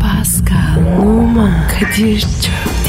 Pascal, Oman, Kadir çok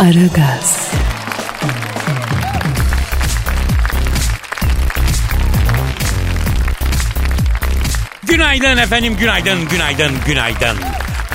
Aragaz, Günaydın efendim, günaydın, günaydın, günaydın.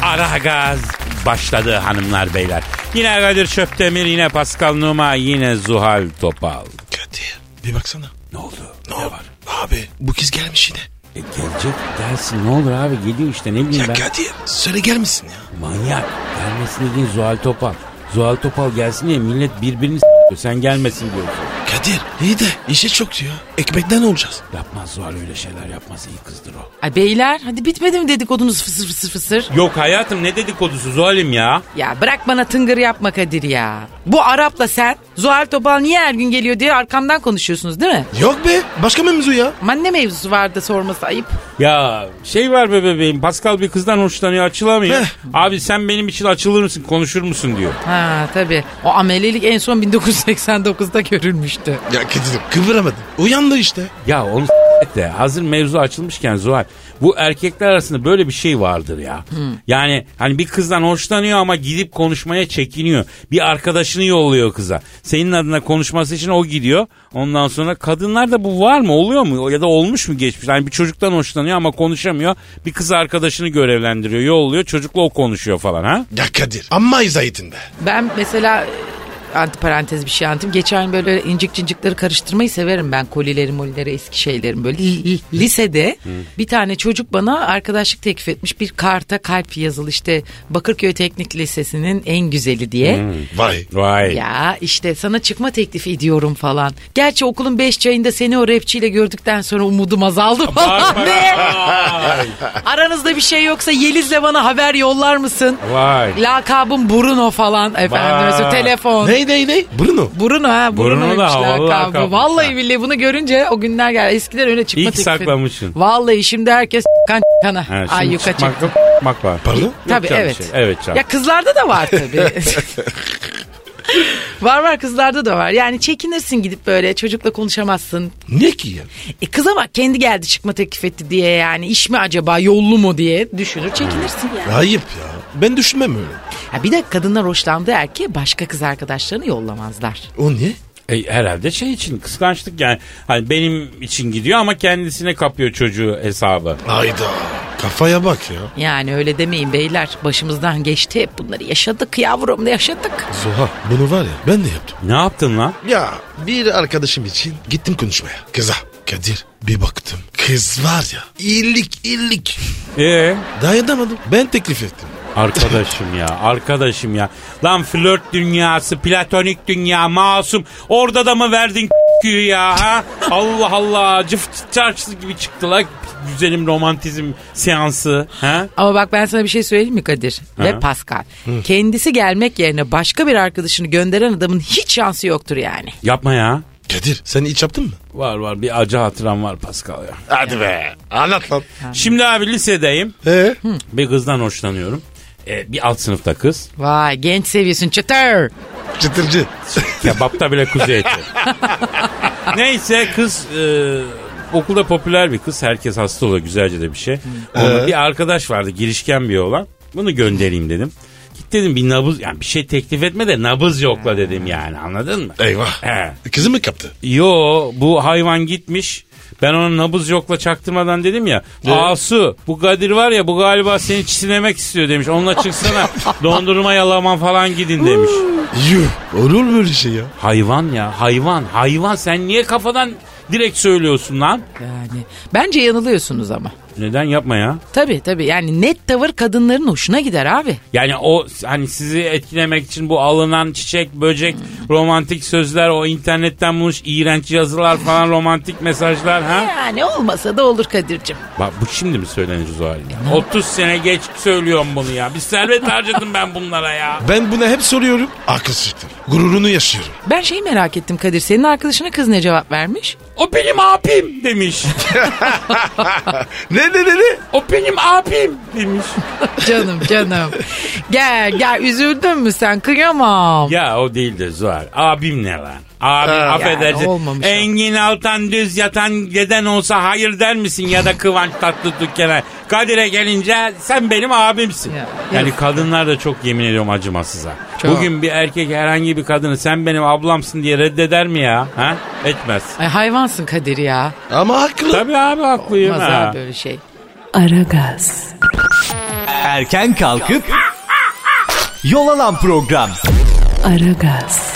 Ara gaz başladı hanımlar beyler. Yine Kadir Çöptemir, yine Pascal Numa, yine Zuhal Topal. Kadir bir baksana. Ne oldu? Ne, var? Abi bu kız gelmiş yine. E, gelecek gelsin ne olur abi geliyor işte ne bileyim Ya ben. Kadir söyle gelmişsin ya. Manyak gelmesin dediğin Zuhal Topal. Zuhal Topal gelsin diye millet birbirini s***yor. Sen gelmesin diyorsun. Kadir iyi de işe çok diyor. Ekmekten ne olacağız? Yapmaz Zuhal öyle şeyler yapmaz iyi kızdır o. Ay beyler hadi bitmedi mi dedikodunuz fısır fısır fısır. Yok hayatım ne dedikodusu Zuhal'im ya. Ya bırak bana tıngır yapma Kadir ya. Bu Arap'la sen Zuhal Topal niye her gün geliyor diye arkamdan konuşuyorsunuz değil mi? Yok be başka mevzu ya. Aman ne mevzusu vardı sorması ayıp. Ya şey var be bebeğim Pascal bir kızdan hoşlanıyor açılamıyor. Heh. Abi sen benim için açılır mısın konuşur musun diyor. Ha tabii o amelelik en son 1989'da görülmüştü. Ya Kadir kıvıramadım. Uyandı işte. Ya onu s- de hazır mevzu açılmışken Zuhal bu erkekler arasında böyle bir şey vardır ya. Yani hani bir kızdan hoşlanıyor ama gidip konuşmaya çekiniyor. Bir arkadaşını yolluyor kıza. Senin adına konuşması için o gidiyor. Ondan sonra kadınlarda bu var mı oluyor mu ya da olmuş mu geçmiş? Hani bir çocuktan hoşlanıyor ama konuşamıyor. Bir kız arkadaşını görevlendiriyor yolluyor çocukla o konuşuyor falan ha. Ya Kadir amma izahitinde. be. Ben mesela e, antiparantez bir şey anlatayım. Geçen böyle incik cincikleri karıştırmayı severim ben. Kolileri molileri eski şeylerim böyle. Li- li- Lisede bir tane çocuk bana arkadaşlık teklif etmiş. Bir karta kalp yazılı işte Bakırköy Teknik Lisesi'nin en güzeli diye. Vay. Vay. Ya işte sana çıkma teklifi ediyorum falan. Gerçi okulun 5 çayında seni o rapçiyle gördükten sonra umudum azaldı falan. bak. Be! Aranızda bir şey yoksa Yeliz'le bana haber yollar mısın? Vay. Lakabım Bruno falan efendim. Vay. Mesela telefon. Ney ney ney? Bruno. Bruno ha Bruno da Bruno'ymuş havalı lakap. lakabı. Vallahi billahi bunu görünce o günler geldi. Eskiden öyle çıkma İyi ki teklifi. saklamışsın. Vallahi şimdi herkes kan kana. Ha, şimdi Ay yuka çıkmak çık. yok, çıkmak var. Pardon? Tabii canım evet. şey. Evet canım. Ya kızlarda da var tabii. var var kızlarda da var. Yani çekinirsin gidip böyle çocukla konuşamazsın. Ne ki ya? E kıza bak kendi geldi çıkma teklif etti diye yani iş mi acaba yollu mu diye düşünür çekinirsin yani. Ayıp ya. Ben düşünmem öyle. Ya bir de kadınlar hoşlandığı erkeğe başka kız arkadaşlarını yollamazlar. O niye? E, herhalde şey için kıskançlık yani. Hani benim için gidiyor ama kendisine kapıyor çocuğu hesabı. Ayda. Kafaya bak ya. Yani öyle demeyin beyler. Başımızdan geçti hep bunları yaşadık yavrum yaşadık. Zoha bunu var ya ben de yaptım. Ne yaptın lan? Ya bir arkadaşım için gittim konuşmaya. Kıza. Kadir bir baktım. Kız var ya illik illik. Ee? Dayanamadım. Ben teklif ettim. Arkadaşım ya, arkadaşım ya. Lan flört dünyası, platonik dünya, masum. Orada da mı verdin k***yü ya ha? Allah Allah, cıf çarşısı gibi çıktı lan. Güzelim romantizm seansı. Ha? Ama bak ben sana bir şey söyleyeyim mi Kadir Hı. ve Pascal? Kendisi gelmek yerine başka bir arkadaşını gönderen adamın hiç şansı yoktur yani. Yapma ya. Kadir sen hiç yaptın mı? Var var bir acı hatıram var Pascal ya. Hadi be. Anlat lan. Şimdi abi lisedeyim. Ee? Bir kızdan hoşlanıyorum. Ee, bir alt sınıfta kız. Vay genç seviyorsun çıtır. Çıtırcı. Kebapta bile kuzu eti. Neyse kız e, okulda popüler bir kız. Herkes hasta oluyor güzelce de bir şey. Onun bir arkadaş vardı girişken bir olan. Bunu göndereyim dedim. Git dedim bir nabız yani bir şey teklif etme de nabız yokla dedim yani anladın mı? Eyvah. He. Kızı mı kaptı? Yo bu hayvan gitmiş. Ben ona nabız yokla çaktırmadan dedim ya. Asu bu Kadir var ya bu galiba seni çisilemek istiyor demiş. Onunla çıksana dondurma yalaman falan gidin demiş. Yuh. Olur mu öyle şey ya? Hayvan ya hayvan hayvan sen niye kafadan direkt söylüyorsun lan? Yani bence yanılıyorsunuz ama. Neden yapma ya? Tabii tabii yani net tavır kadınların hoşuna gider abi. Yani o hani sizi etkilemek için bu alınan çiçek, böcek, romantik sözler, o internetten bulmuş iğrenç yazılar falan romantik mesajlar ha? Yani olmasa da olur Kadir'cim. Bak bu şimdi mi söylenecek o halde? 30 sene geç söylüyorum bunu ya. Bir servet harcadım ben bunlara ya. Ben buna hep soruyorum. Haklısın. Gururunu yaşıyorum. Ben şeyi merak ettim Kadir senin arkadaşına kız ne cevap vermiş? O benim abim demiş. Ne ne ne ne? O benim abim demiş. canım canım. Gel gel üzüldün mü sen kıyamam. Ya o değil de Zuhal. Abim ne lan? Abi affedersin. yani olmamış o. Engin Altan düz yatan deden olsa hayır der misin ya da Kıvanç Tatlıtuğ Kenan. Kadir'e gelince sen benim abimsin. Ya, yani yazık. kadınlar da çok yemin ediyorum acımasız ha. Çok. Bugün bir erkek herhangi bir kadını sen benim ablamsın diye reddeder mi ya? Ha? Etmez. Ay, hayvansın Kadir ya. Ama haklı. Tabii abi haklıyım Olmaz ha. abi böyle şey. Aragaz, Erken kalkıp yol alan program. Aragaz,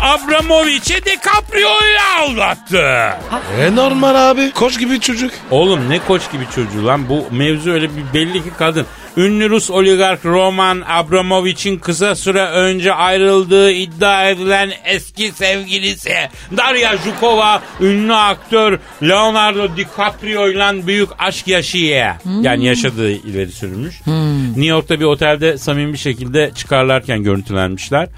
Abramoviç'e DiCaprio'yu aldattı. E normal abi. Koç gibi çocuk. Oğlum ne koç gibi çocuğu lan. Bu mevzu öyle bir belli ki kadın. Ünlü Rus oligark Roman Abramovich'in kısa süre önce ayrıldığı iddia edilen eski sevgilisi Darya Jukova ünlü aktör Leonardo DiCaprio ile büyük aşk yaşıyor. Yani yaşadığı ileri sürülmüş. New York'ta bir otelde samimi bir şekilde çıkarlarken görüntülenmişler.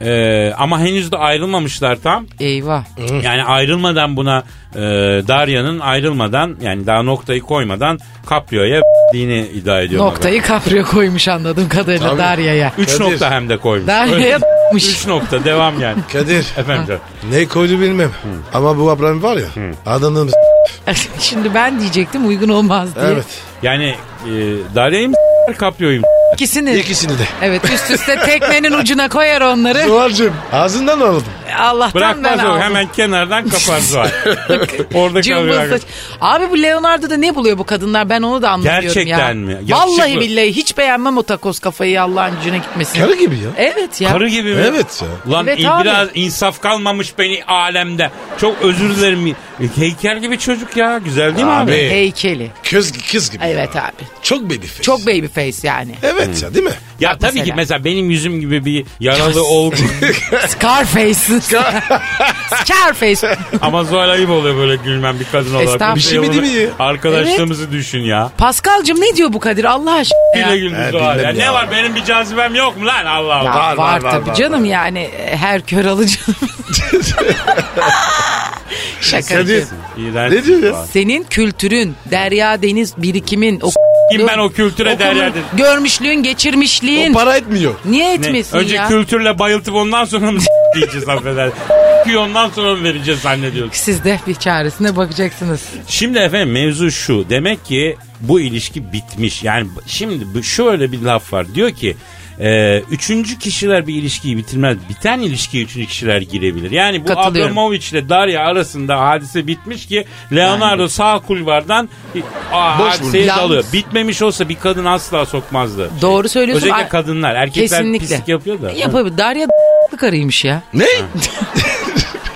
Ee, ama henüz de ayrılmamışlar tam. Eyvah. Yani ayrılmadan buna e, Darya'nın ayrılmadan yani daha noktayı koymadan Caprio'ya dini iddia ediyor. Noktayı kaprio koymuş anladığım kadarıyla Darya'ya. 3 Kadir. nokta hem de koymuş. Darya'ya mış. 3 nokta devam yani. Kadir. Efendim canım. ne koydu bilmem. Ama bu ablam var ya. Adanın Şimdi ben diyecektim uygun olmaz diye. Evet. Yani e, Darya'yı mı s**ler, Caprio'yu mu İkisini. İkisini de. Evet üst üste tekmenin ucuna koyar onları. Duvarcığım ağzından aldım. Allah'tan ben Bırakmaz o aldım. hemen kenardan kapar Zuhal. Orada Cımbız kalıyor. saç. Abi bu Leonardo'da ne buluyor bu kadınlar? Ben onu da anlamıyorum ya. Gerçekten mi? Yakışıklı. Vallahi billahi hiç beğenmem o takoz kafayı Allah'ın gücüne gitmesin. Karı gibi ya. Evet ya. Karı gibi mi? Evet ya. Lan Evet i- abi. biraz insaf kalmamış beni alemde. Çok özür dilerim. Heykel gibi çocuk ya. Güzel değil mi abi? Abi. Heykeli. Kız, kız gibi. Evet ya. abi. Çok baby face. Çok baby face yani. Evet ya değil mi? Ya Bak tabii mesela. ki mesela benim yüzüm gibi bir yaralı olgun Scarface. Scarface. Ama Zuhal ayıp oluyor böyle gülmem bir kadın olarak. Estağfurullah. Bu Bir şey mi yolunu- değil mi? Arkadaşlığımızı düşün ya. Pascal'cım ne diyor bu Kadir Allah aşkına ya? Bile güldü He, Zuhal. Ya bilmem ne ya. var benim bir cazibem yok mu lan Allah Ya Allah. Var, var, var, var, tabii var, canım yani e, her kör alıcı. Şaka. Kadir. yapıyorum. İğrenç Ne diyor ya? Zuhal. Senin kültürün, derya deniz birikimin, o Kim ben o kültüre o der konu- yerdim. görmüşlüğün, geçirmişliğin. O para etmiyor. Niye Ne? etmesin Önce ya? kültürle bayıltıp ondan sonra mı diyeceğiz affeder. ondan sonra mı vereceğiz zannediyoruz. Siz de bir çaresine bakacaksınız. Şimdi efendim mevzu şu. Demek ki bu ilişki bitmiş. Yani b- şimdi bu- şöyle bir laf var. Diyor ki e, üçüncü kişiler bir ilişkiyi bitirmez. Biten ilişkiye üçüncü kişiler girebilir. Yani bu Katılıyorum. Abramovich ile Darya arasında hadise bitmiş ki Leonardo sağ kulvardan bir- aa, Boş hadiseye vurmuş. dalıyor. Yalnız- Bitmemiş olsa bir kadın asla sokmazdı. Doğru söylüyorsun. Özellikle Ay- kadınlar. Erkekler Kesinlikle. pislik yapıyor da. Yapabilir. Darya karıymış ya. Ne?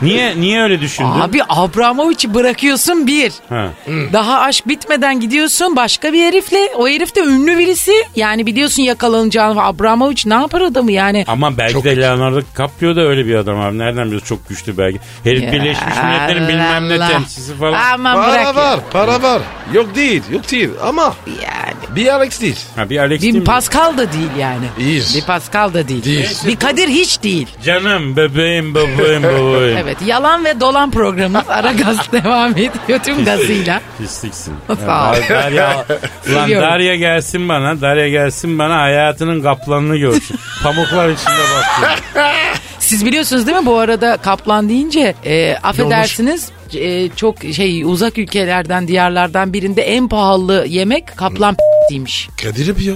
Niye niye öyle düşündün? Abi Abramovich'i bırakıyorsun bir. Ha. Daha aşk bitmeden gidiyorsun başka bir herifle. O herif de ünlü birisi. Yani biliyorsun yakalanacağını. Abramovich ne yapar adamı yani? Ama belki Çok de güçlü. Leonardo DiCaprio da öyle bir adam abi. Nereden biliyorsun çok güçlü belki. Herif Birleşmiş Milletler'in bilmem ne Allah. temsilcisi falan. Aman bırak ya. Para var, para var. Yok değil, yok değil ama Yani. bir Alex değil. Ha, bir Alex değil Bir mi? Pascal da değil yani. İyi. Bir Pascal da değil. Değil. Bir Kadir hiç değil. Canım bebeğim bebeğim bebeğim. Evet yalan ve dolan programımız ara gaz devam ediyor tüm gazıyla. Pisliksin. Sağ ol. Evet, Darya, ulan Biliyorum. Darya gelsin bana. Darya gelsin bana hayatının kaplanını görsün. Pamuklar içinde bakıyor. Siz biliyorsunuz değil mi bu arada kaplan deyince e, affedersiniz e, çok şey uzak ülkelerden diyarlardan birinde en pahalı yemek kaplan p***ymiş. Kadir bir ya.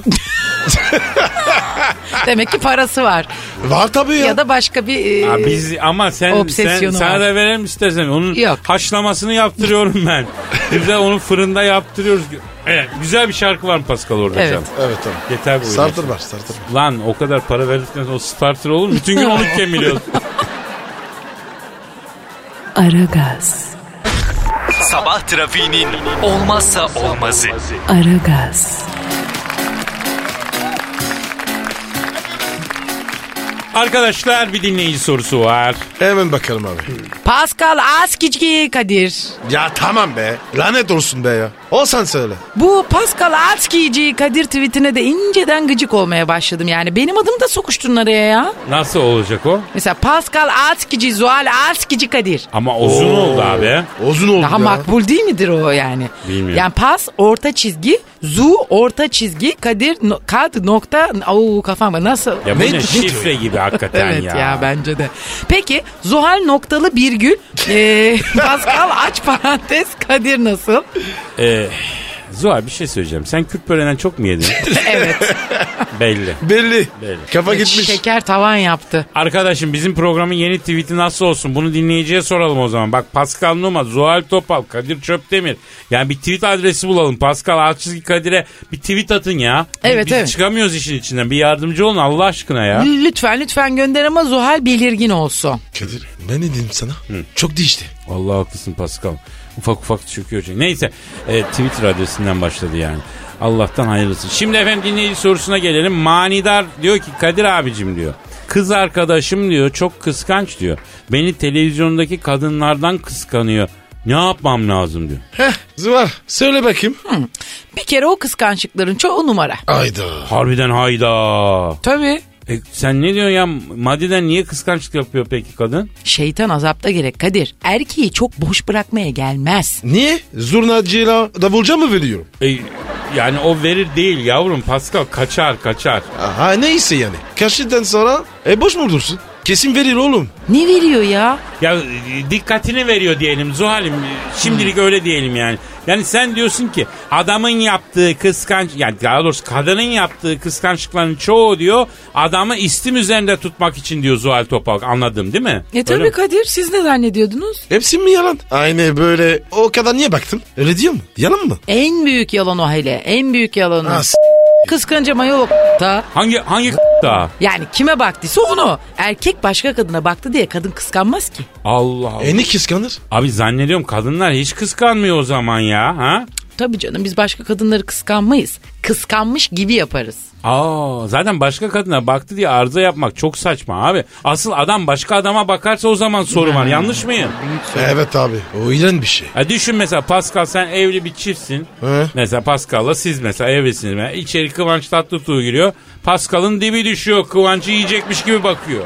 Demek ki parası var. var tabii ya. Ya da başka bir e, Ha, biz, ama sen, sen Obsesyonu var. sana da verelim istersen. Onun Yok. haşlamasını yaptırıyorum ben. Güzel onu fırında yaptırıyoruz. Evet, güzel bir şarkı var mı Pascal orada Evet. canım? Evet tamam. Yeter bu. Starter var, starter var. Lan o kadar para verdikten sonra o starter olur mu? Bütün gün onu kemiriyoruz. Aragaz, Sabah trafiğinin olmazsa olmazı. Aragaz, Arkadaşlar bir dinleyici sorusu var. Hemen bakalım abi. Pascal Askizgi Kadir. Ya tamam be. Lanet olsun be ya. Olsan söyle. Bu Pascal Askizgi Kadir tweetine de inceden gıcık olmaya başladım yani. Benim adım da sokuştun araya ya. Nasıl olacak o? Mesela Pascal Askizgi Zuhal Askizgi Kadir. Ama uzun Oo. oldu abi. Uzun oldu Daha ya. makbul değil midir o yani? Bilmiyorum. Yani pas orta çizgi, zu orta çizgi, kadir no- kad nokta au kafam var. nasıl? Ya bu Ne ne diyor şifre gibi hakikaten Evet ya. ya. bence de. Peki Zuhal noktalı Birgül, eee Pascal aç parantez Kadir nasıl? Ee, Zuhal bir şey söyleyeceğim. Sen Kürt böreğinden çok mu yedin? Evet. Belli. Belli. Belli. Kafa gitmiş. E, Şeker tavan yaptı. Arkadaşım bizim programın yeni tweet'i nasıl olsun? Bunu dinleyiciye soralım o zaman. Bak Pascal Numa, Zuhal Topal, Kadir Çöptemir. Yani bir tweet adresi bulalım. Pascal Alçızgi Kadir'e bir tweet atın ya. Evet, Biz evet. çıkamıyoruz işin içinden. Bir yardımcı olun Allah aşkına ya. Lütfen lütfen gönder ama Zuhal belirgin olsun. Kadir ben ne dedim sana? Çok değişti. Allah haklısın Pascal. Ufak ufak çöküyor çünkü. Neyse e, Twitter adresinden başladı yani. Allah'tan hayırlısı. Şimdi efendim dinleyici sorusuna gelelim. Manidar diyor ki Kadir abicim diyor. Kız arkadaşım diyor çok kıskanç diyor. Beni televizyondaki kadınlardan kıskanıyor. Ne yapmam lazım diyor. Heh Zıvar söyle bakayım. Bir kere o kıskançlıkların çoğu numara. Ayda. Harbiden hayda. Tabii. E, sen ne diyorsun ya? Madiden niye kıskançlık yapıyor peki kadın? Şeytan azapta gerek Kadir. Erkeği çok boş bırakmaya gelmez. Niye? Zurnacıyla davulca mı veriyorum? E, yani o verir değil yavrum Pascal kaçar kaçar. Aha neyse yani. Kaşıdan sonra e boş mu dursun? Kesin verir oğlum. Ne veriyor ya? Ya e, dikkatini veriyor diyelim Zuhal'im. e, Şimdilik öyle diyelim yani. Yani sen diyorsun ki adamın yaptığı kıskanç yani daha doğrusu kadının yaptığı kıskançlıkların çoğu diyor adamı istim üzerinde tutmak için diyor Zuhal Topal. Anladım değil mi? E tabii Öyle mi? Kadir siz ne zannediyordunuz? Hepsi mi yalan? Aynı böyle o kadar niye baktım? Öyle diyor mu? Yalan mı? En büyük yalan o hele. En büyük yalan o. Ha, s- Kıskancama yok da. Hangi hangi da? Yani kime baktıysa onu. Erkek başka kadına baktı diye kadın kıskanmaz ki. Allah Allah. E ne kıskanır? Abi zannediyorum kadınlar hiç kıskanmıyor o zaman ya. Ha? Tabii canım biz başka kadınları kıskanmayız. Kıskanmış gibi yaparız. Aa, zaten başka kadına baktı diye arıza yapmak çok saçma abi. Asıl adam başka adama bakarsa o zaman sorun var. Yanlış mıyım? Evet abi. O iğren bir şey. Ya düşün mesela Pascal sen evli bir çiftsin. He. Mesela Pascal'la siz mesela evlisiniz. Yani içeri Kıvanç Tatlıtuğ giriyor. Pascal'ın dibi düşüyor. Kıvanç'ı yiyecekmiş gibi bakıyor.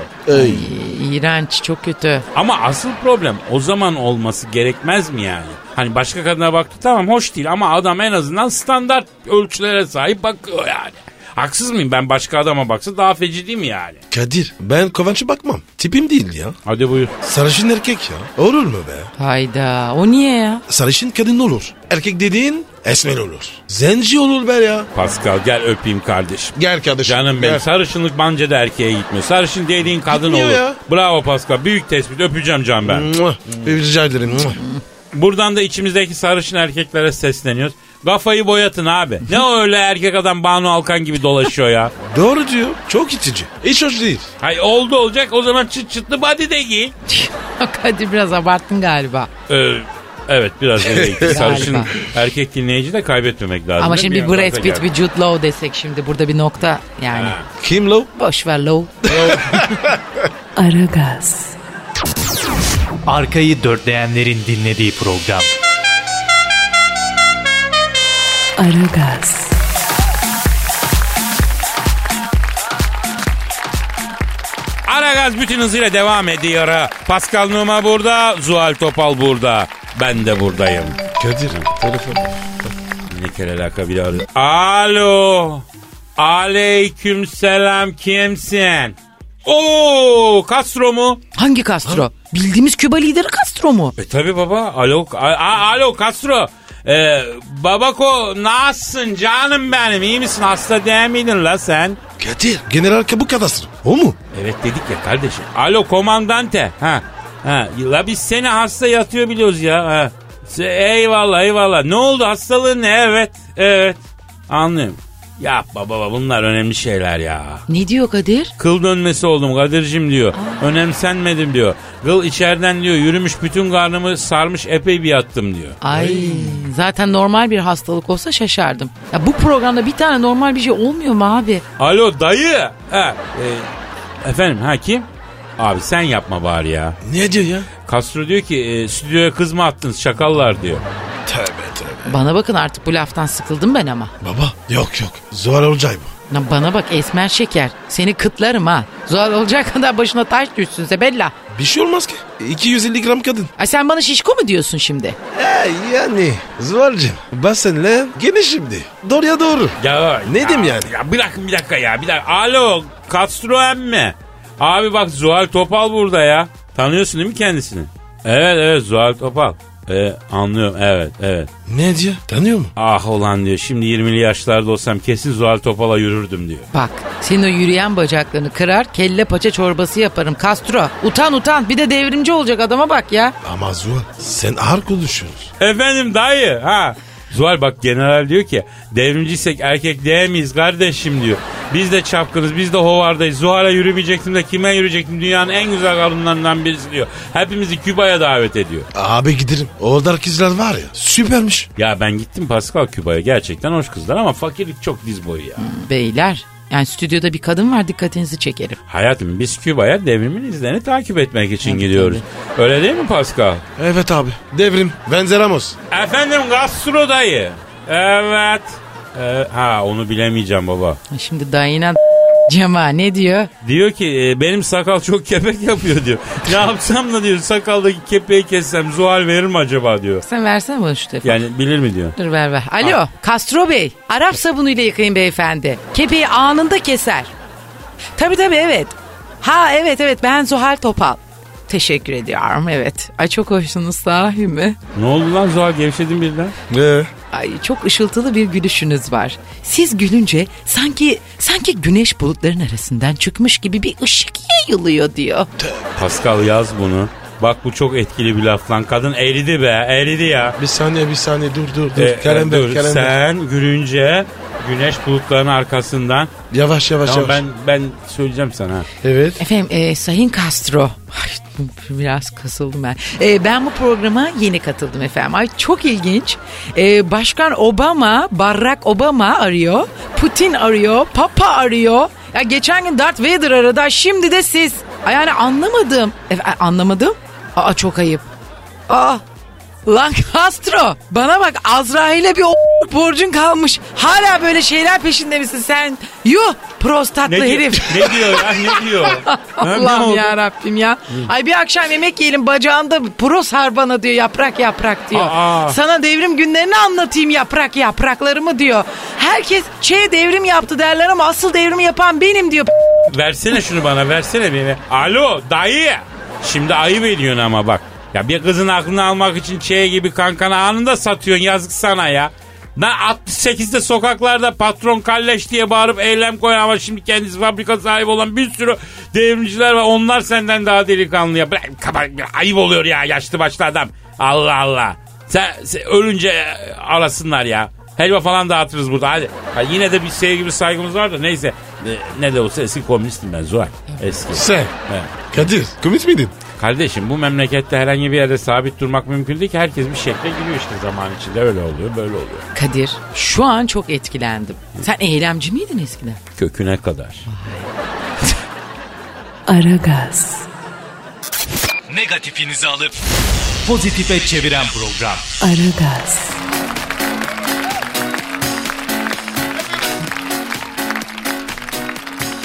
İğrenç çok kötü. Ama asıl problem o zaman olması gerekmez mi yani? Hani başka kadına baktı tamam hoş değil ama adam en azından standart ölçülere sahip bakıyor yani. Haksız mıyım ben başka adama baksa daha feci değil mi yani? Kadir ben Kovanç'a bakmam. Tipim değil ya. Hadi buyur. Sarışın erkek ya. Olur mu be? Hayda o niye ya? Sarışın kadın olur. Erkek dediğin esmer olur. Zenci olur be ya. Pascal gel öpeyim kardeşim. Gel kardeşim. Canım benim Gel. sarışınlık bence de erkeğe gitmiyor. Sarışın dediğin kadın Gitmiyor olur. ya. Hmm. Bravo Pascal büyük tespit öpeceğim can ben. Mua. Rica ederim. Mua. Buradan da içimizdeki sarışın erkeklere sesleniyoruz. Kafayı boyatın abi. Ne o öyle erkek adam Banu Alkan gibi dolaşıyor ya. Doğru diyor. Çok itici. Hiç hoş değil. Hay oldu olacak o zaman çıt çıtlı body de giy. Kadir biraz abarttın galiba. Ee, evet biraz öyle gitti. sarışın Galiba. erkek dinleyici de kaybetmemek lazım. Ama Bir şimdi yandan da Brad Pitt gel. bir Jude Law desek şimdi burada bir nokta yani. Kim lo? Boş ver Law. Aragaz, Arkayı dörtleyenlerin dinlediği program. Aragaz, Ara gaz bütün hızıyla devam ediyor. ha. Pascal Numa burada, Zuhal Topal burada. Ben de buradayım. Kadir. Telefon. Ne kere lakabıyla arıyor. Alo. Aleyküm selam kimsin? Oo, Castro mu? Hangi Castro? Bildiğimiz Küba lideri Castro mu? E tabi baba. Alo, a- a- alo Castro. Ee, babako nasılsın canım benim iyi misin hasta değil miydin la sen? Kadir. General Kabuk Kadastro. O mu? Evet dedik ya kardeşim. Alo komandante. Ha. Ha. La biz seni hasta yatıyor biliyoruz ya. Ha. Se- Eyvallah eyvallah. Ne oldu hastalığın ne? Evet. Evet. Anlıyorum. Yapma baba bunlar önemli şeyler ya. Ne diyor Kadir? Kıl dönmesi oldum Kadir'cim diyor. Önemsenmedim diyor. Kıl içeriden diyor yürümüş bütün karnımı sarmış epey bir yattım diyor. Ay zaten normal bir hastalık olsa şaşardım. Ya bu programda bir tane normal bir şey olmuyor mu abi? Alo dayı. Ha, e, efendim ha kim? Abi sen yapma bari ya. Ne diyor ya? Castro diyor ki e, stüdyoya kız mı attınız şakallar diyor. Tövbe tövbe. Bana bakın artık bu laftan sıkıldım ben ama. Baba yok yok. Zor olacak bu. Lan bana bak esmer şeker. Seni kıtlarım ha. Zor olacak kadar başına taş düşsün Sebella. Bir şey olmaz ki. 250 gram kadın. Ay sen bana şişko mu diyorsun şimdi? He yani. Zuhal'cim ben seninle gene şimdi. Doğruya doğru. Ya Ne diyeyim yani? Ya bırakın bir dakika ya. Bir dakika. Alo Castro emmi. Abi bak Zuhal Topal burada ya. Tanıyorsun değil mi kendisini? Evet evet Zuhal Topal. E, anlıyorum evet evet. Ne diyor? Tanıyor mu? Ah olan diyor şimdi 20'li yaşlarda olsam kesin Zuhal Topal'a yürürdüm diyor. Bak senin o yürüyen bacaklarını kırar kelle paça çorbası yaparım Castro. Utan utan bir de devrimci olacak adama bak ya. Ama Zuhal sen ağır konuşuyorsun. Efendim dayı ha. Zuhal bak general diyor ki devrimciysek erkek miyiz kardeşim diyor. Biz de çapkınız biz de hovardayız. Zuhal'a yürümeyecektim de kime yürüyecektim dünyanın en güzel kadınlarından birisi diyor. Hepimizi Küba'ya davet ediyor. Abi giderim. Orada kızlar var ya süpermiş. Ya ben gittim Pascal Küba'ya gerçekten hoş kızlar ama fakirlik çok diz boyu ya. Beyler yani stüdyoda bir kadın var dikkatinizi çekerim. Hayatım biz Küba'ya devrimin izlerini takip etmek için gidiyoruz. Öyle değil mi Pascal? Evet abi. Devrim. Benzeramos. Efendim Castro dayı. Evet. Ee, ha onu bilemeyeceğim baba. Şimdi dayına Cema ne diyor? Diyor ki e, benim sakal çok kepek yapıyor diyor. ne yapsam da diyor sakaldaki kepeği kessem zuhal verir mi acaba diyor. Sen versene bana şu telefonu. Yani bilir mi diyor. Dur ver ver. Alo Castro Bey Arap sabunuyla yıkayın beyefendi. Kepeği anında keser. Tabii tabii evet. Ha evet evet ben Zuhal Topal. Teşekkür ediyorum evet. Ay çok hoşsunuz sahi mi? Ne oldu lan Zuhal gevşedin birden? Ne? Ay çok ışıltılı bir gülüşünüz var. Siz gülünce sanki sanki güneş bulutların arasından çıkmış gibi bir ışık yayılıyor diyor. Pascal yaz bunu. Bak bu çok etkili bir laf lan. Kadın eridi be eridi ya. Bir saniye bir saniye dur dur e, dur. Ee, Kerem dur, Bey Kerem Bey. Sen gülünce güneş bulutların arkasından. Yavaş yavaş Tamam yavaş. ben ben söyleyeceğim sana. Evet. Efendim e, Sayın Castro. Ay, biraz kasıldım ben. E, ben bu programa yeni katıldım efendim. Ay çok ilginç. E, Başkan Obama, Barack Obama arıyor. Putin arıyor. Papa arıyor. Ya geçen gün Darth Vader aradı. ay Şimdi de siz. Ay, yani anlamadım. E, anlamadım. Aa çok ayıp. Aa Lan Castro bana bak Azrail'e bir o- borcun kalmış. Hala böyle şeyler peşinde misin sen? Yuh prostatlı Ne, diyor, herif. ne diyor ya ne diyor? Ha, ne Allah'ım oldu? ya Rabbim ya. Ay bir akşam yemek yiyelim bacağında pro sar bana diyor yaprak yaprak diyor. Aa. Sana devrim günlerini anlatayım yaprak yapraklarımı diyor. Herkes şey devrim yaptı derler ama asıl devrimi yapan benim diyor. Versene şunu bana versene beni. Alo dayı. Şimdi ayıp ediyorsun ama bak. Ya bir kızın aklını almak için çeye gibi kankana anında satıyorsun yazık sana ya. Lan 68'de sokaklarda patron kalleş diye bağırıp eylem koyan ama şimdi kendisi fabrika sahibi olan bir sürü devrimciler var. Onlar senden daha delikanlı ya. Bırak, kaba- ayıp oluyor ya yaşlı başlı adam. Allah Allah. Sen, sen ölünce e, arasınlar ya. Helva falan dağıtırız burada hadi. Ha, yine de bir sevgimiz saygımız var da neyse. E, ne de olsa eski komünistim ben Zuhal. Eski. Sen. Evet. Kadir. Komik miydin? Kardeşim bu memlekette herhangi bir yerde sabit durmak mümkün değil ki. Herkes bir şekle giriyor işte zaman içinde. Öyle oluyor böyle oluyor. Kadir şu an çok etkilendim. Sen eylemci miydin eskiden? Köküne kadar. Aragaz, Negatifinizi alıp pozitife çeviren program. Aragaz,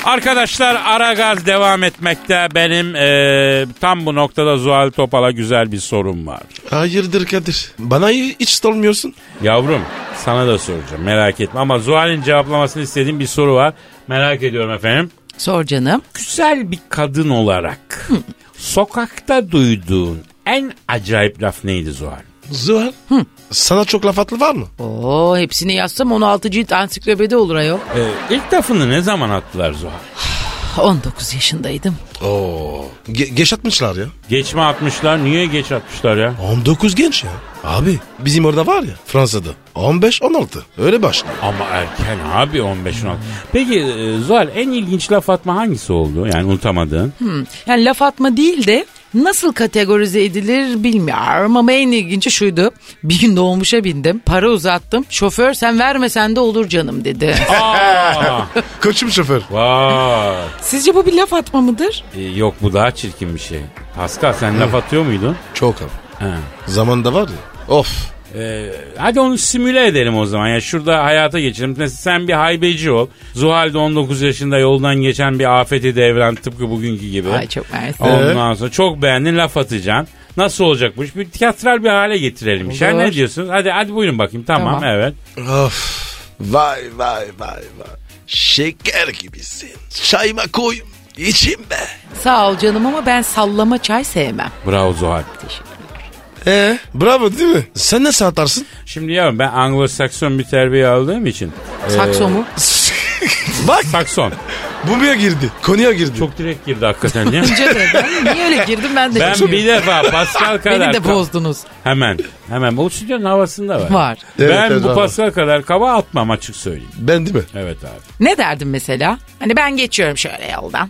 Arkadaşlar ara gaz devam etmekte. Benim e, tam bu noktada Zuhal Topal'a güzel bir sorum var. Hayırdır Kadir? Bana hiç sormuyorsun. Yavrum sana da soracağım merak etme. Ama Zuhal'in cevaplamasını istediğim bir soru var. Merak ediyorum efendim. Sor canım. güzel bir kadın olarak sokakta duyduğun en acayip laf neydi Zuhal? Zuhal. Sana çok laf atlı var mı? Oo hepsini yazsam 16 cilt ansiklopedi olur ayol. Ee, ilk lafını ne zaman attılar Zuhal? 19 yaşındaydım. Oo. Ge- geç atmışlar ya. Geç mi atmışlar? Niye geç atmışlar ya? 19 genç ya. Abi bizim orada var ya Fransa'da 15-16 öyle başlıyor. Ama erken abi 15-16. Peki e, Zuhal en ilginç laf atma hangisi oldu? Yani unutamadığın. Yani laf atma değil de nasıl kategorize edilir bilmiyorum ama en ilginci şuydu. Bir gün dolmuşa bindim para uzattım şoför sen vermesen de olur canım dedi. Aa, Koçum şoför. vay. Sizce bu bir laf atma mıdır? E, yok bu daha çirkin bir şey. Pascal sen laf atıyor muydun? Çok abi. Ha. Zamanda var ya. Of. E, hadi onu simüle edelim o zaman. Ya şurada hayata geçelim. Mesela sen bir haybeci ol. Zuhal de 19 yaşında yoldan geçen bir afeti devren tıpkı bugünkü gibi. Ay çok mersi. Ondan sonra çok beğendin laf atacaksın. Nasıl olacak bu iş? Bir tiyatral bir hale getirelim. Sen ne Olur. diyorsun? Hadi hadi buyurun bakayım. Tamam, Tamam. evet. Of. Vay vay vay vay. Şeker gibisin. Çayma koy. İçim be. Sağ ol canım ama ben sallama çay sevmem. Bravo Zuhal. Ee, bravo değil mi? Sen nasıl atarsın? Şimdi yavrum ben Anglo-Sakson bir terbiye aldığım için. Sakso mu? Bak Sakson. Bumya girdi. Konuya girdi. Çok direkt girdi hakikaten ya. Önce de ben niye öyle girdim ben de ben bilmiyorum. bir defa Pascal kadar... Beni de bozdunuz. Hemen. Hemen. Bu stüdyonun havasında var. Var. Evet, ben evet, bu var. Pascal kadar kaba atmam açık söyleyeyim. Ben değil mi? Evet abi. Ne derdim mesela? Hani ben geçiyorum şöyle yoldan.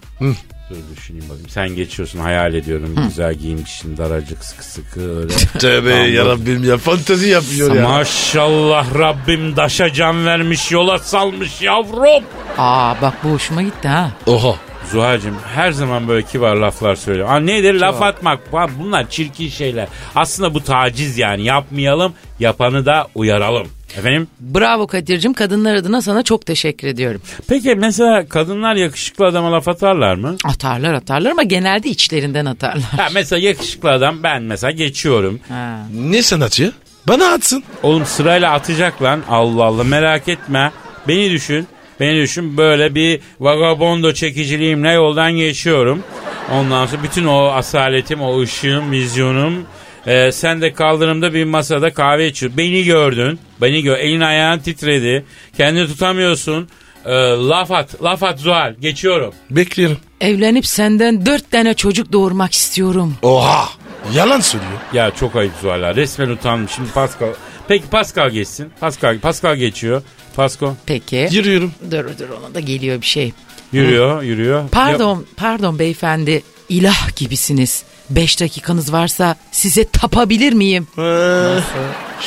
Dur düşüneyim bakayım. Sen geçiyorsun hayal ediyorum. Güzel giymişsin daracık sıkı sıkı öyle. Tövbe yarabbim ya. Fantezi yapıyor ya. Maşallah Rabbim daşa can vermiş yola salmış yavrum. Aa bak bu hoşuma gitti ha. Oha. Zuhal'cığım her zaman böyle kibar laflar söylüyor. Aa, nedir laf atmak? Aa, Bunlar çirkin şeyler. Aslında bu taciz yani yapmayalım yapanı da uyaralım. Efendim? Bravo Kadir'cim kadınlar adına sana çok teşekkür ediyorum. Peki mesela kadınlar yakışıklı adama laf atarlar mı? Atarlar atarlar ama genelde içlerinden atarlar. Ha, mesela yakışıklı adam ben mesela geçiyorum. Ha. Ne sanatçı? Bana atsın. Oğlum sırayla atacak lan. Allah Allah merak etme. Beni düşün. Beni düşün böyle bir vagabondo çekiciliğimle yoldan geçiyorum. Ondan sonra bütün o asaletim, o ışığım, vizyonum. Ee, sen de kaldırımda bir masada kahve içiyorsun. Beni gördün. Beni gör. Elin ayağın titredi. Kendini tutamıyorsun. Ee, laf at. Laf at Zuhal. Geçiyorum. Bekliyorum. Evlenip senden dört tane çocuk doğurmak istiyorum. Oha. Yalan söylüyor. Ya çok ayıp Zuhal ha. Resmen utandım. Şimdi Pascal. Peki Pascal geçsin. Pascal, Pascal geçiyor. Pascal Peki. Yürüyorum. Dur dur ona da geliyor bir şey. yürüyor, yürüyor. Ya- Pardon pardon beyefendi. İlah gibisiniz. Beş dakikanız varsa size tapabilir miyim? Ee,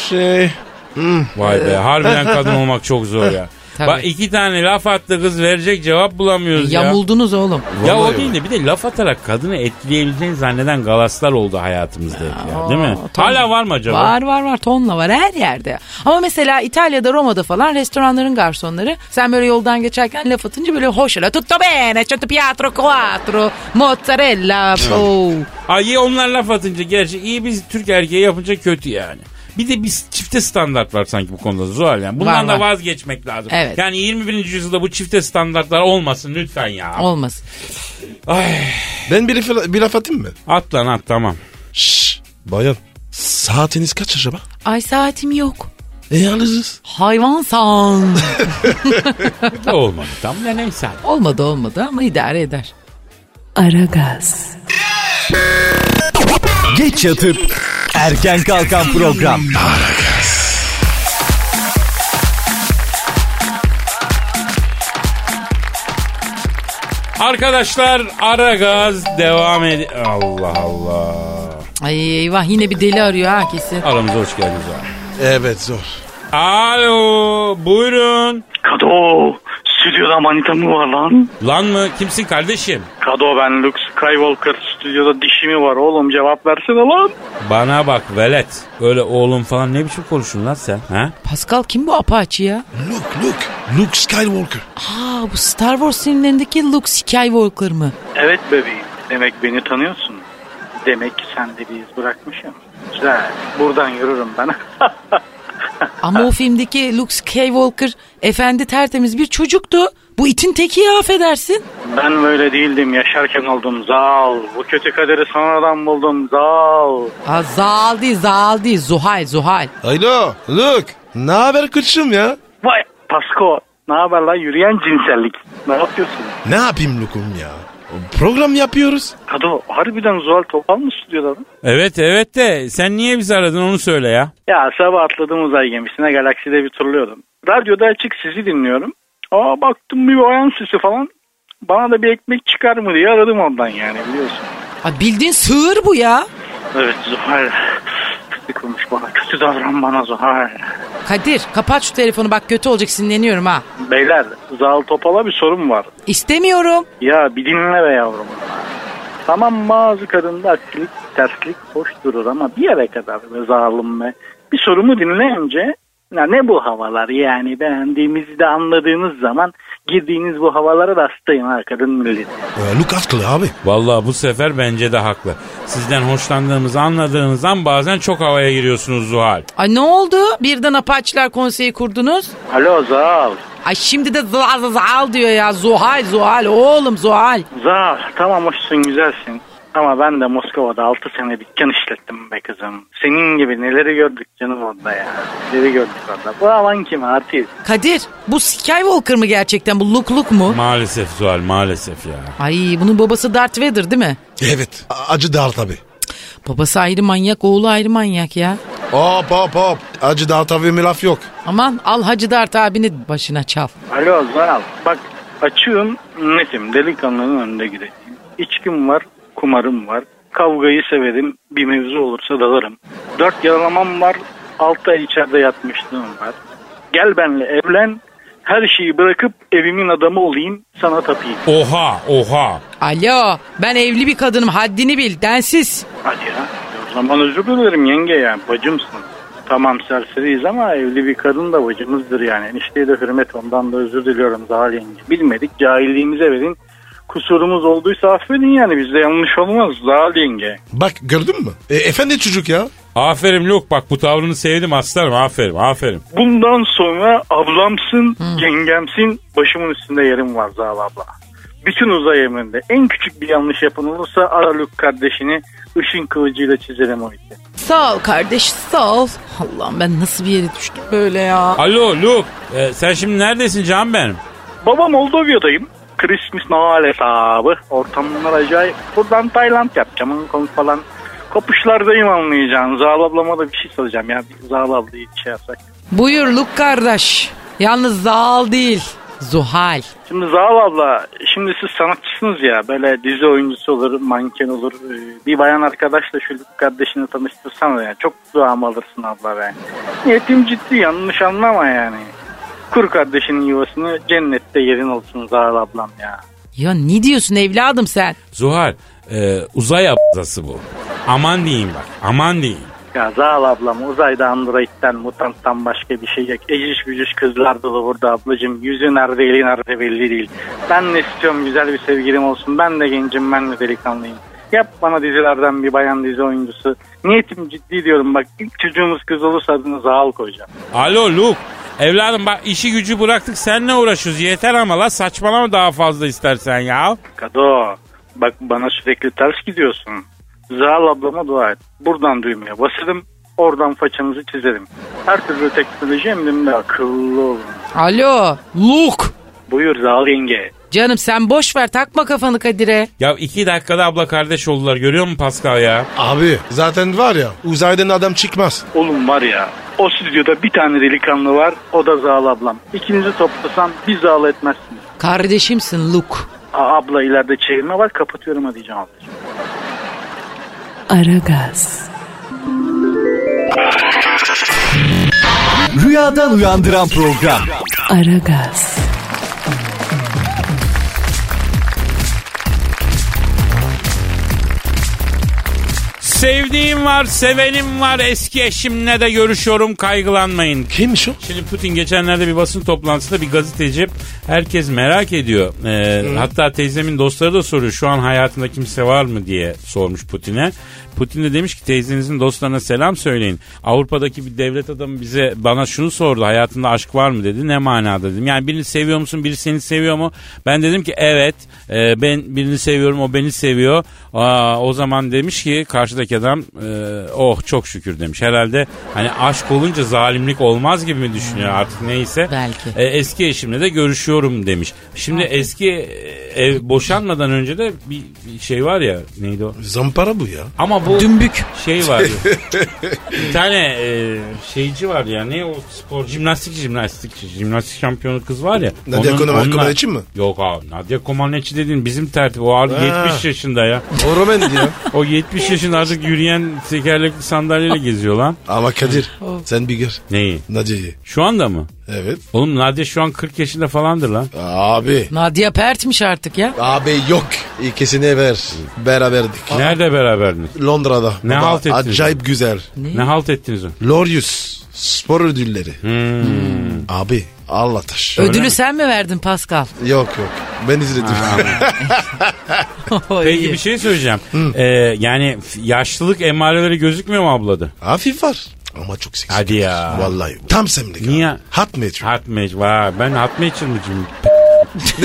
Şey. Vay be harbiden kadın olmak çok zor ya. Tabii. Bak iki tane laf attı kız verecek cevap bulamıyoruz ya. Yamuldunuz oğlum. Ya o Vallahi değil de bir de laf atarak kadını etkileyebileceğini zanneden galaslar oldu hayatımızda hep ya değil mi? Aa, tam- Hala var mı acaba? Var var var tonla var her yerde. Ama mesela İtalya'da Roma'da falan restoranların garsonları sen böyle yoldan geçerken laf atınca böyle hoş öyle tutto bene tutto piatro quattro mozzarella. oh. Ay iyi onlar laf atınca gerçi iyi biz Türk erkeği yapınca kötü yani. Bir de biz çifte standart var sanki bu konuda Zuhal yani. Bundan Var, da var. vazgeçmek lazım. Evet. Yani 21. yüzyılda bu çifte standartlar olmasın lütfen ya. Olmaz. Ben bir, laf- bir laf atayım mı? At lan at tamam. Şşş. Bayan. Saatiniz kaç acaba? Ay saatim yok. E alırız. Hayvansan. Olmadı tamam ya neyse. olmadı olmadı ama idare eder. Aragaz, Geç yatıp erken kalkan program. Arkadaşlar ara gaz devam ed... Allah Allah. Ay eyvah yine bir deli arıyor ha kesin. Aramıza hoş geldiniz abi. Evet zor. Alo buyurun. Kado, stüdyoda manita mı var lan? Lan mı kimsin kardeşim? Kado ben Luke Skywalker stüdyoda dişi mi var oğlum cevap versene lan. Bana bak velet. Öyle oğlum falan ne biçim konuşun lan sen? Ha? Pascal kim bu apaçı ya? Luke Luke. Luke Skywalker. Aa bu Star Wars filmlerindeki Luke Skywalker mı? Evet bebeğim demek beni tanıyorsun. Demek ki sen de bir iz bırakmışım. Güzel buradan yürürüm ben. Ama o filmdeki Luke Skywalker efendi tertemiz bir çocuktu. Bu itin teki ya affedersin. ben böyle değildim yaşarken oldum zal. Bu kötü kaderi sonradan buldum zal. Aa, zal değil zal değil Zuhal Zuhal. Alo Luke. Ne haber kıçım ya? Vay Pasko ne haber lan yürüyen cinsellik. Ne yapıyorsun? Ne yapayım Luke'um ya? Program yapıyoruz. Kado harbiden Zuhal Topal mı stüdyoda mı? Evet evet de sen niye bizi aradın onu söyle ya. Ya sabah atladım uzay gemisine galakside bir turluyordum. Radyoda açık sizi dinliyorum. Aa baktım bir bayan sesi falan. Bana da bir ekmek çıkar mı diye aradım ondan yani biliyorsun. Aa, bildiğin sığır bu ya. Evet Zuhal. Kötü konuş bana. Kötü davran bana Zuhal. Kadir kapat şu telefonu bak kötü olacak sinirleniyorum ha. Beyler Zuhal Topal'a bir sorum var. İstemiyorum. Ya bir dinle be yavrum. Tamam bazı kadında aksilik, terslik hoş durur ama bir yere kadar be zalim be. Bir sorumu dinleyince ya ne bu havalar yani beğendiğimizi de anladığınız zaman girdiğiniz bu havalara rastlayın ha kadın milleti. Ee, Look after abi. Vallahi bu sefer bence de haklı. Sizden hoşlandığımızı anladığınızdan bazen çok havaya giriyorsunuz Zuhal. Ay ne oldu? Birden apaçlar konseyi kurdunuz. Alo Zal. Ay şimdi de zal zal zal diyor ya. Zuhal Zuhal oğlum Zuhal. Zal tamam hoşsun güzelsin. Ama ben de Moskova'da 6 sene dükkan işlettim be kızım. Senin gibi neleri gördük canım orada ya. Neleri gördük orada. Bu alan kim artist? Kadir bu Skywalker mı gerçekten bu Luke Luke mu? Maalesef Zuhal maalesef ya. Ay bunun babası Darth Vader değil mi? Evet. A- Acı dağıt tabi. Babası ayrı manyak oğlu ayrı manyak ya. Hop hop hop. Acı dağıt abi mi laf yok. Aman al Hacı Dert abini başına çal. Alo Zaral bak açığım netim delikanlının önünde gideyim. İçkim var kumarım var. Kavgayı severim bir mevzu olursa dalarım. Dört yaralamam var altı ay içeride yatmışlığım var. Gel benle evlen her şeyi bırakıp evimin adamı olayım sana tapayım. Oha oha. Alo ben evli bir kadınım haddini bil densiz. Hadi ya o zaman özür dilerim yenge ya bacımsın. Tamam serseriyiz ama evli bir kadın da bacımızdır yani. Enişteye de hürmet ondan da özür diliyorum Zahal yenge. Bilmedik cahilliğimize verin. Kusurumuz olduysa affedin yani bizde yanlış olmaz Zahal yenge. Bak gördün mü? E, efendi çocuk ya. Aferin Luke bak bu tavrını sevdim aslanım aferin aferin. Bundan sonra ablamsın, yengemsin, başımın üstünde yerim var Zahal abla. Bütün uzay emrinde en küçük bir yanlış yapan olursa Araluk kardeşini ışın kılıcıyla çizelim o iti. Sağ ol kardeş sağ ol. Allah'ım ben nasıl bir yere düştüm böyle ya. Alo Luke e, sen şimdi neredesin canım benim? Babam Moldovya'dayım. Christmas Noel hesabı. Ortamlar acayip. Buradan Tayland yapacağım. Hong Kong falan. Kapışlardayım anlayacağın. Zal ablama da bir şey soracağım ya. Bir Zal ablayı şey yapsak. Buyur Luke kardeş. Yalnız Zal değil. Zuhal. Şimdi Zal abla şimdi siz sanatçısınız ya böyle dizi oyuncusu olur, manken olur. Ee, Bir bayan arkadaşla şu kardeşini tanıştırsana ya. Çok duamı alırsın abla be. Niyetim ciddi yanlış anlama yani. Kur kardeşinin yuvasını cennette yerin olsun Zal ablam ya. Ya ne diyorsun evladım sen? Zuhal e, uzay abzası bu. Aman diyeyim bak aman diyeyim. Ya Zal ablam uzayda androidden mutanttan başka bir şey yok. Eciş bücüş kızlar dolu burada ablacığım. Yüzü nerede eli nerede belli değil. Ben de istiyorum güzel bir sevgilim olsun. Ben de gencim ben de delikanlıyım. Yap bana dizilerden bir bayan dizi oyuncusu. Niyetim ciddi diyorum bak ilk çocuğumuz kız olursa adını Zal koyacağım. Alo Luke evladım bak işi gücü bıraktık seninle uğraşıyoruz yeter ama la saçmalama daha fazla istersen ya. Kado bak bana sürekli ters gidiyorsun. Zal ablama dua et. Buradan düğmeye basarım. Oradan façanızı çizerim. Her türlü teknoloji emrimde akıllı olun. Alo Luke. Buyur Zal yenge. Canım sen boş ver takma kafanı Kadir'e. Ya iki dakikada abla kardeş oldular görüyor musun Pascal ya? Abi zaten var ya uzaydan adam çıkmaz. Oğlum var ya o stüdyoda bir tane delikanlı var o da Zal ablam. İkinizi toplasan bir Zal etmezsiniz. Kardeşimsin Luke. Aa, abla ileride çevirme var kapatıyorum hadi canım. Aragaz, Rüyadan uyandıran program. Aragaz, Sevdiğim var, sevenim var, eski eşimle de görüşüyorum kaygılanmayın. Kimmiş o? Şimdi Putin geçenlerde bir basın toplantısında bir gazeteci herkes merak ediyor. Ee, Hatta teyzemin dostları da soruyor şu an hayatında kimse var mı diye sormuş Putin'e. Putin de demiş ki teyzenizin dostlarına selam söyleyin. Avrupa'daki bir devlet adamı bize bana şunu sordu. Hayatında aşk var mı dedi. Ne manada dedim. Yani birini seviyor musun? Biri seni seviyor mu? Ben dedim ki evet. e, ben birini seviyorum. O beni seviyor. Aa, o zaman demiş ki karşıdaki adam e, oh çok şükür demiş. Herhalde hani aşk olunca zalimlik olmaz gibi mi düşünüyor artık neyse. Belki. E, eski eşimle de görüşüyorum demiş. Şimdi eski e, ev boşanmadan önce de bir, bir şey var ya neydi o? Zampara bu ya. Ama bu Dümbük. şey var ya. bir tane e, şeyci var ya. Ne o spor? Jimnastik jimnastikçi. Jimnastik şampiyonu kız var ya. Nadia Onun- Comaneci onunla- mi? Yok abi. Nadia Comaneci dediğin bizim tertip. O artık Ha. 70 yaşında ya. O Romendi ya. O 70 yaşında artık yürüyen tekerlekli sandalyeyle geziyor lan. Ama Kadir Oh. sen bir gör. Neyi? Nadia'yı. Şu anda mı? Evet. Oğlum Nadia şu an 40 yaşında falandır lan. Abi. Nadia Pert'miş artık ya. Abi yok. İkisini ver. Beraberdik. Nerede beraberdiniz? Londra'da. Ne Baba, halt ettiniz? Acayip güzel. Ne halt ettiniz o? Lorius. Spor ödülleri. Hmm. Abi Allah taş. Ödülü sen mi verdin Pascal? Yok yok. Ben izledim. Peki bir şey söyleyeceğim. Ee, yani f- yaşlılık emareleri gözükmüyor mu ablada? Hafif var. Ama çok seksi. Hadi ya. Vallahi. Tam semlik. abi. Niye? Hat metre. Hot match var. Ben hot match miyim?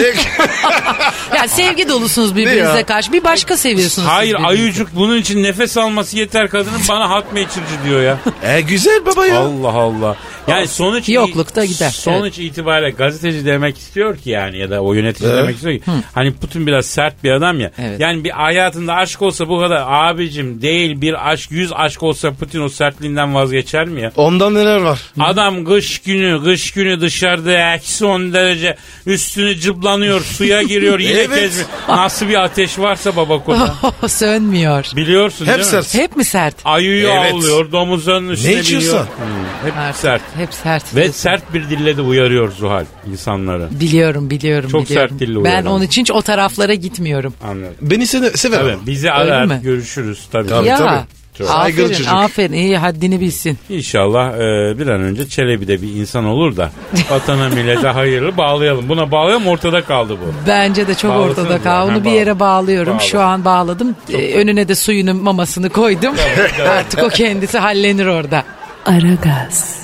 Ya sevgi dolusunuz Ne ya? birbirinize karşı. Bir başka seviyorsunuz. siz şey- Hayır birbirini. ayıcık bunun için nefes alması yeter kadının bana hot match'ırcı diyor ya. e güzel baba ya. Allah Allah. Yani sonuç Yoklukta gider. Sonuç itibariyle gazeteci demek istiyor ki yani ya da o yönetici Evet. demek istiyor ki. Hani Putin biraz sert bir adam ya. Evet. Yani bir hayatında aşk olsa bu kadar abicim değil bir aşk yüz aşk olsa Putin o sertliğinden vazgeçer mi ya? Ondan neler var? Adam kış günü kış günü dışarıda eksi 10 derece üstünü cıplanıyor suya giriyor yine Evet. gezmiyor. Nasıl bir ateş varsa baba koda. Sönmüyor. Biliyorsun Hep değil mi? sert. Hep mi sert? Ayıyı Evet. avlıyor domuzların üstüne Ne içiyorsa. biniyor. Hmm, hep sert. Hep sert. Ve diyorsun. sert bir dille de uyarıyor Zuhal insanları. Biliyorum biliyorum. Çok biliyorum. sert dilli Ben uyaran. onun için o taraflara gitmiyorum. Anladım. Beni sene sever Tabii ama. bizi Öyle arar mi? görüşürüz tabii. Tabii. ya. Saygılı Aferin, çocuk. aferin iyi haddini bilsin. İnşallah e, bir an önce Çelebi de bir insan olur da vatana millete hayırlı bağlayalım. Buna bağlayalım ortada kaldı bu. Bence de çok Bağlasınız ortada ya, ha, kal. Onu bir bağla. yere bağlıyorum. Bağla. Şu an bağladım. Ee, önüne de suyunun mamasını koydum. Artık o kendisi hallenir orada. Aragaz.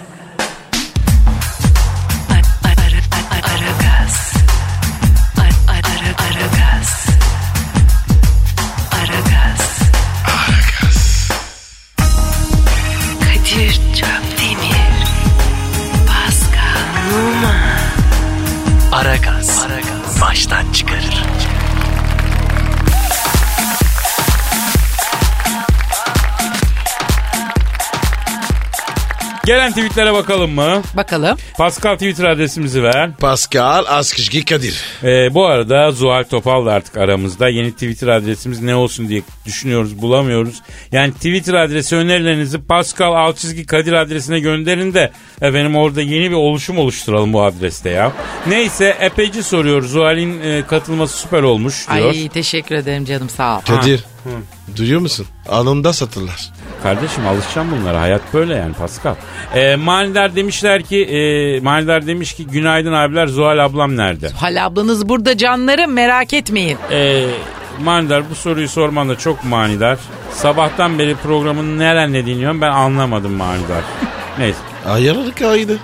Aragaz. Aragaz. Aragaz. Kadir Çöptemir. Pascal Numa. Aragaz. Baştan çıkarır. Gelen tweetlere bakalım mı? Bakalım. Pascal Twitter adresimizi ver. Pascal Askışki Kadir. Ee, bu arada Zuhal Topal da artık aramızda. Yeni Twitter adresimiz ne olsun diye düşünüyoruz bulamıyoruz. Yani Twitter adresi önerilerinizi Pascal Alçizgi Kadir adresine gönderin de efendim orada yeni bir oluşum oluşturalım bu adreste ya. Neyse epeyci soruyor. Zuhal'in e, katılması süper olmuş diyor. Ay teşekkür ederim canım sağ ol. Kadir. Duyuyor musun? Anında satırlar. Kardeşim alışacağım bunlara. Hayat böyle yani Pascal. Ee, manidar demişler ki e, manidar demiş ki günaydın abiler Zuhal ablam nerede? Hal ablanız burada canlarım merak etmeyin. Ee, manidar bu soruyu sorman da çok manidar. Sabahtan beri programın nerenle dinliyorum ben anlamadım manidar. Neyse. Ayarır kaydı.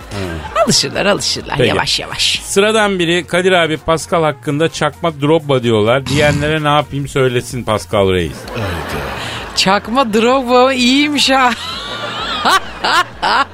Alışırlar alışırlar Peki. yavaş yavaş. Sıradan biri Kadir abi Pascal hakkında çakma dropba diyorlar. Diyenlere ne yapayım söylesin Pascal Reis. Çakma Drogba iyiymiş ha.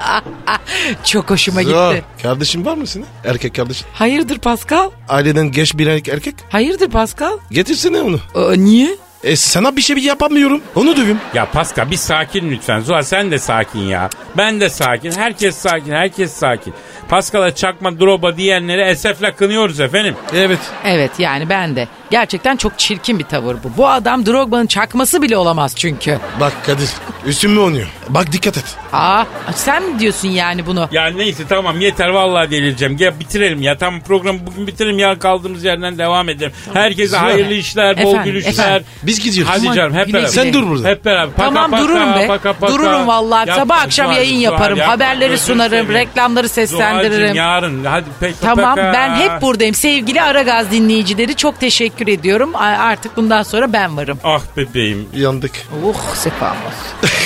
Çok hoşuma gitti. Kardeşin var mı senin? Erkek kardeşin. Hayırdır Pascal? Aileden geç bir erkek erkek. Hayırdır Pascal? Getirsene onu. Ee, niye? E sana bir şey yapamıyorum. Onu döveyim. Ya Pascal bir sakin lütfen. Zuhal sen de sakin ya. Ben de sakin. Herkes sakin. Herkes sakin. Pascal'a çakma droba diyenleri esefle kınıyoruz efendim. Evet. Evet yani ben de. Gerçekten çok çirkin bir tavır bu. Bu adam Drogba'nın çakması bile olamaz çünkü. Bak Kadir üstüme oynuyor. Bak dikkat et. Aa sen mi diyorsun yani bunu? Ya neyse tamam yeter vallahi delireceğim. Gel bitirelim ya. Tamam programı bugün bitirelim. Yarın kaldığımız yerden devam edelim. Herkese hayırlı işler, bol Efendim, gülüşler. efendim. Biz gidiyoruz. Hadi Aman, canım hep güle beraber. güle. Sen dur burada. Hep beraber. Paka tamam paka, dururum be. paka paka. Dururum vallahi. Yapma Sabah akşam Zuhal, yayın Zuhal yaparım. yapma. Haberleri Gözünü sunarım. seveyim. Reklamları seslendiririm. Zuhal'cim yarın. Hadi peki. Tamam paka. ben hep buradayım. Sevgili Aragaz dinleyicileri çok teşekkür teşekkür ediyorum. A- Artık bundan sonra ben varım. Ah bebeğim. Yandık. Uh sefam olsun.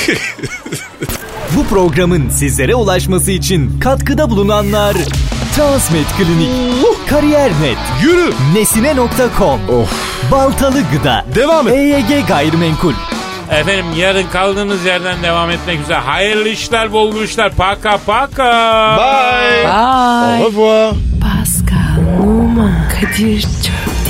Bu programın sizlere ulaşması için katkıda bulunanlar Transmed Klinik, Kariyer.net, Yürü. Nesine.com, Baltalı Gıda, Devam et. EYG Gayrimenkul. Efendim yarın kaldığımız yerden devam etmek üzere. Hayırlı işler, bol işler. Paka paka. Bye. Bye. Au revoir. Pascal, Oman, Kadir çok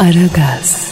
Aragaz.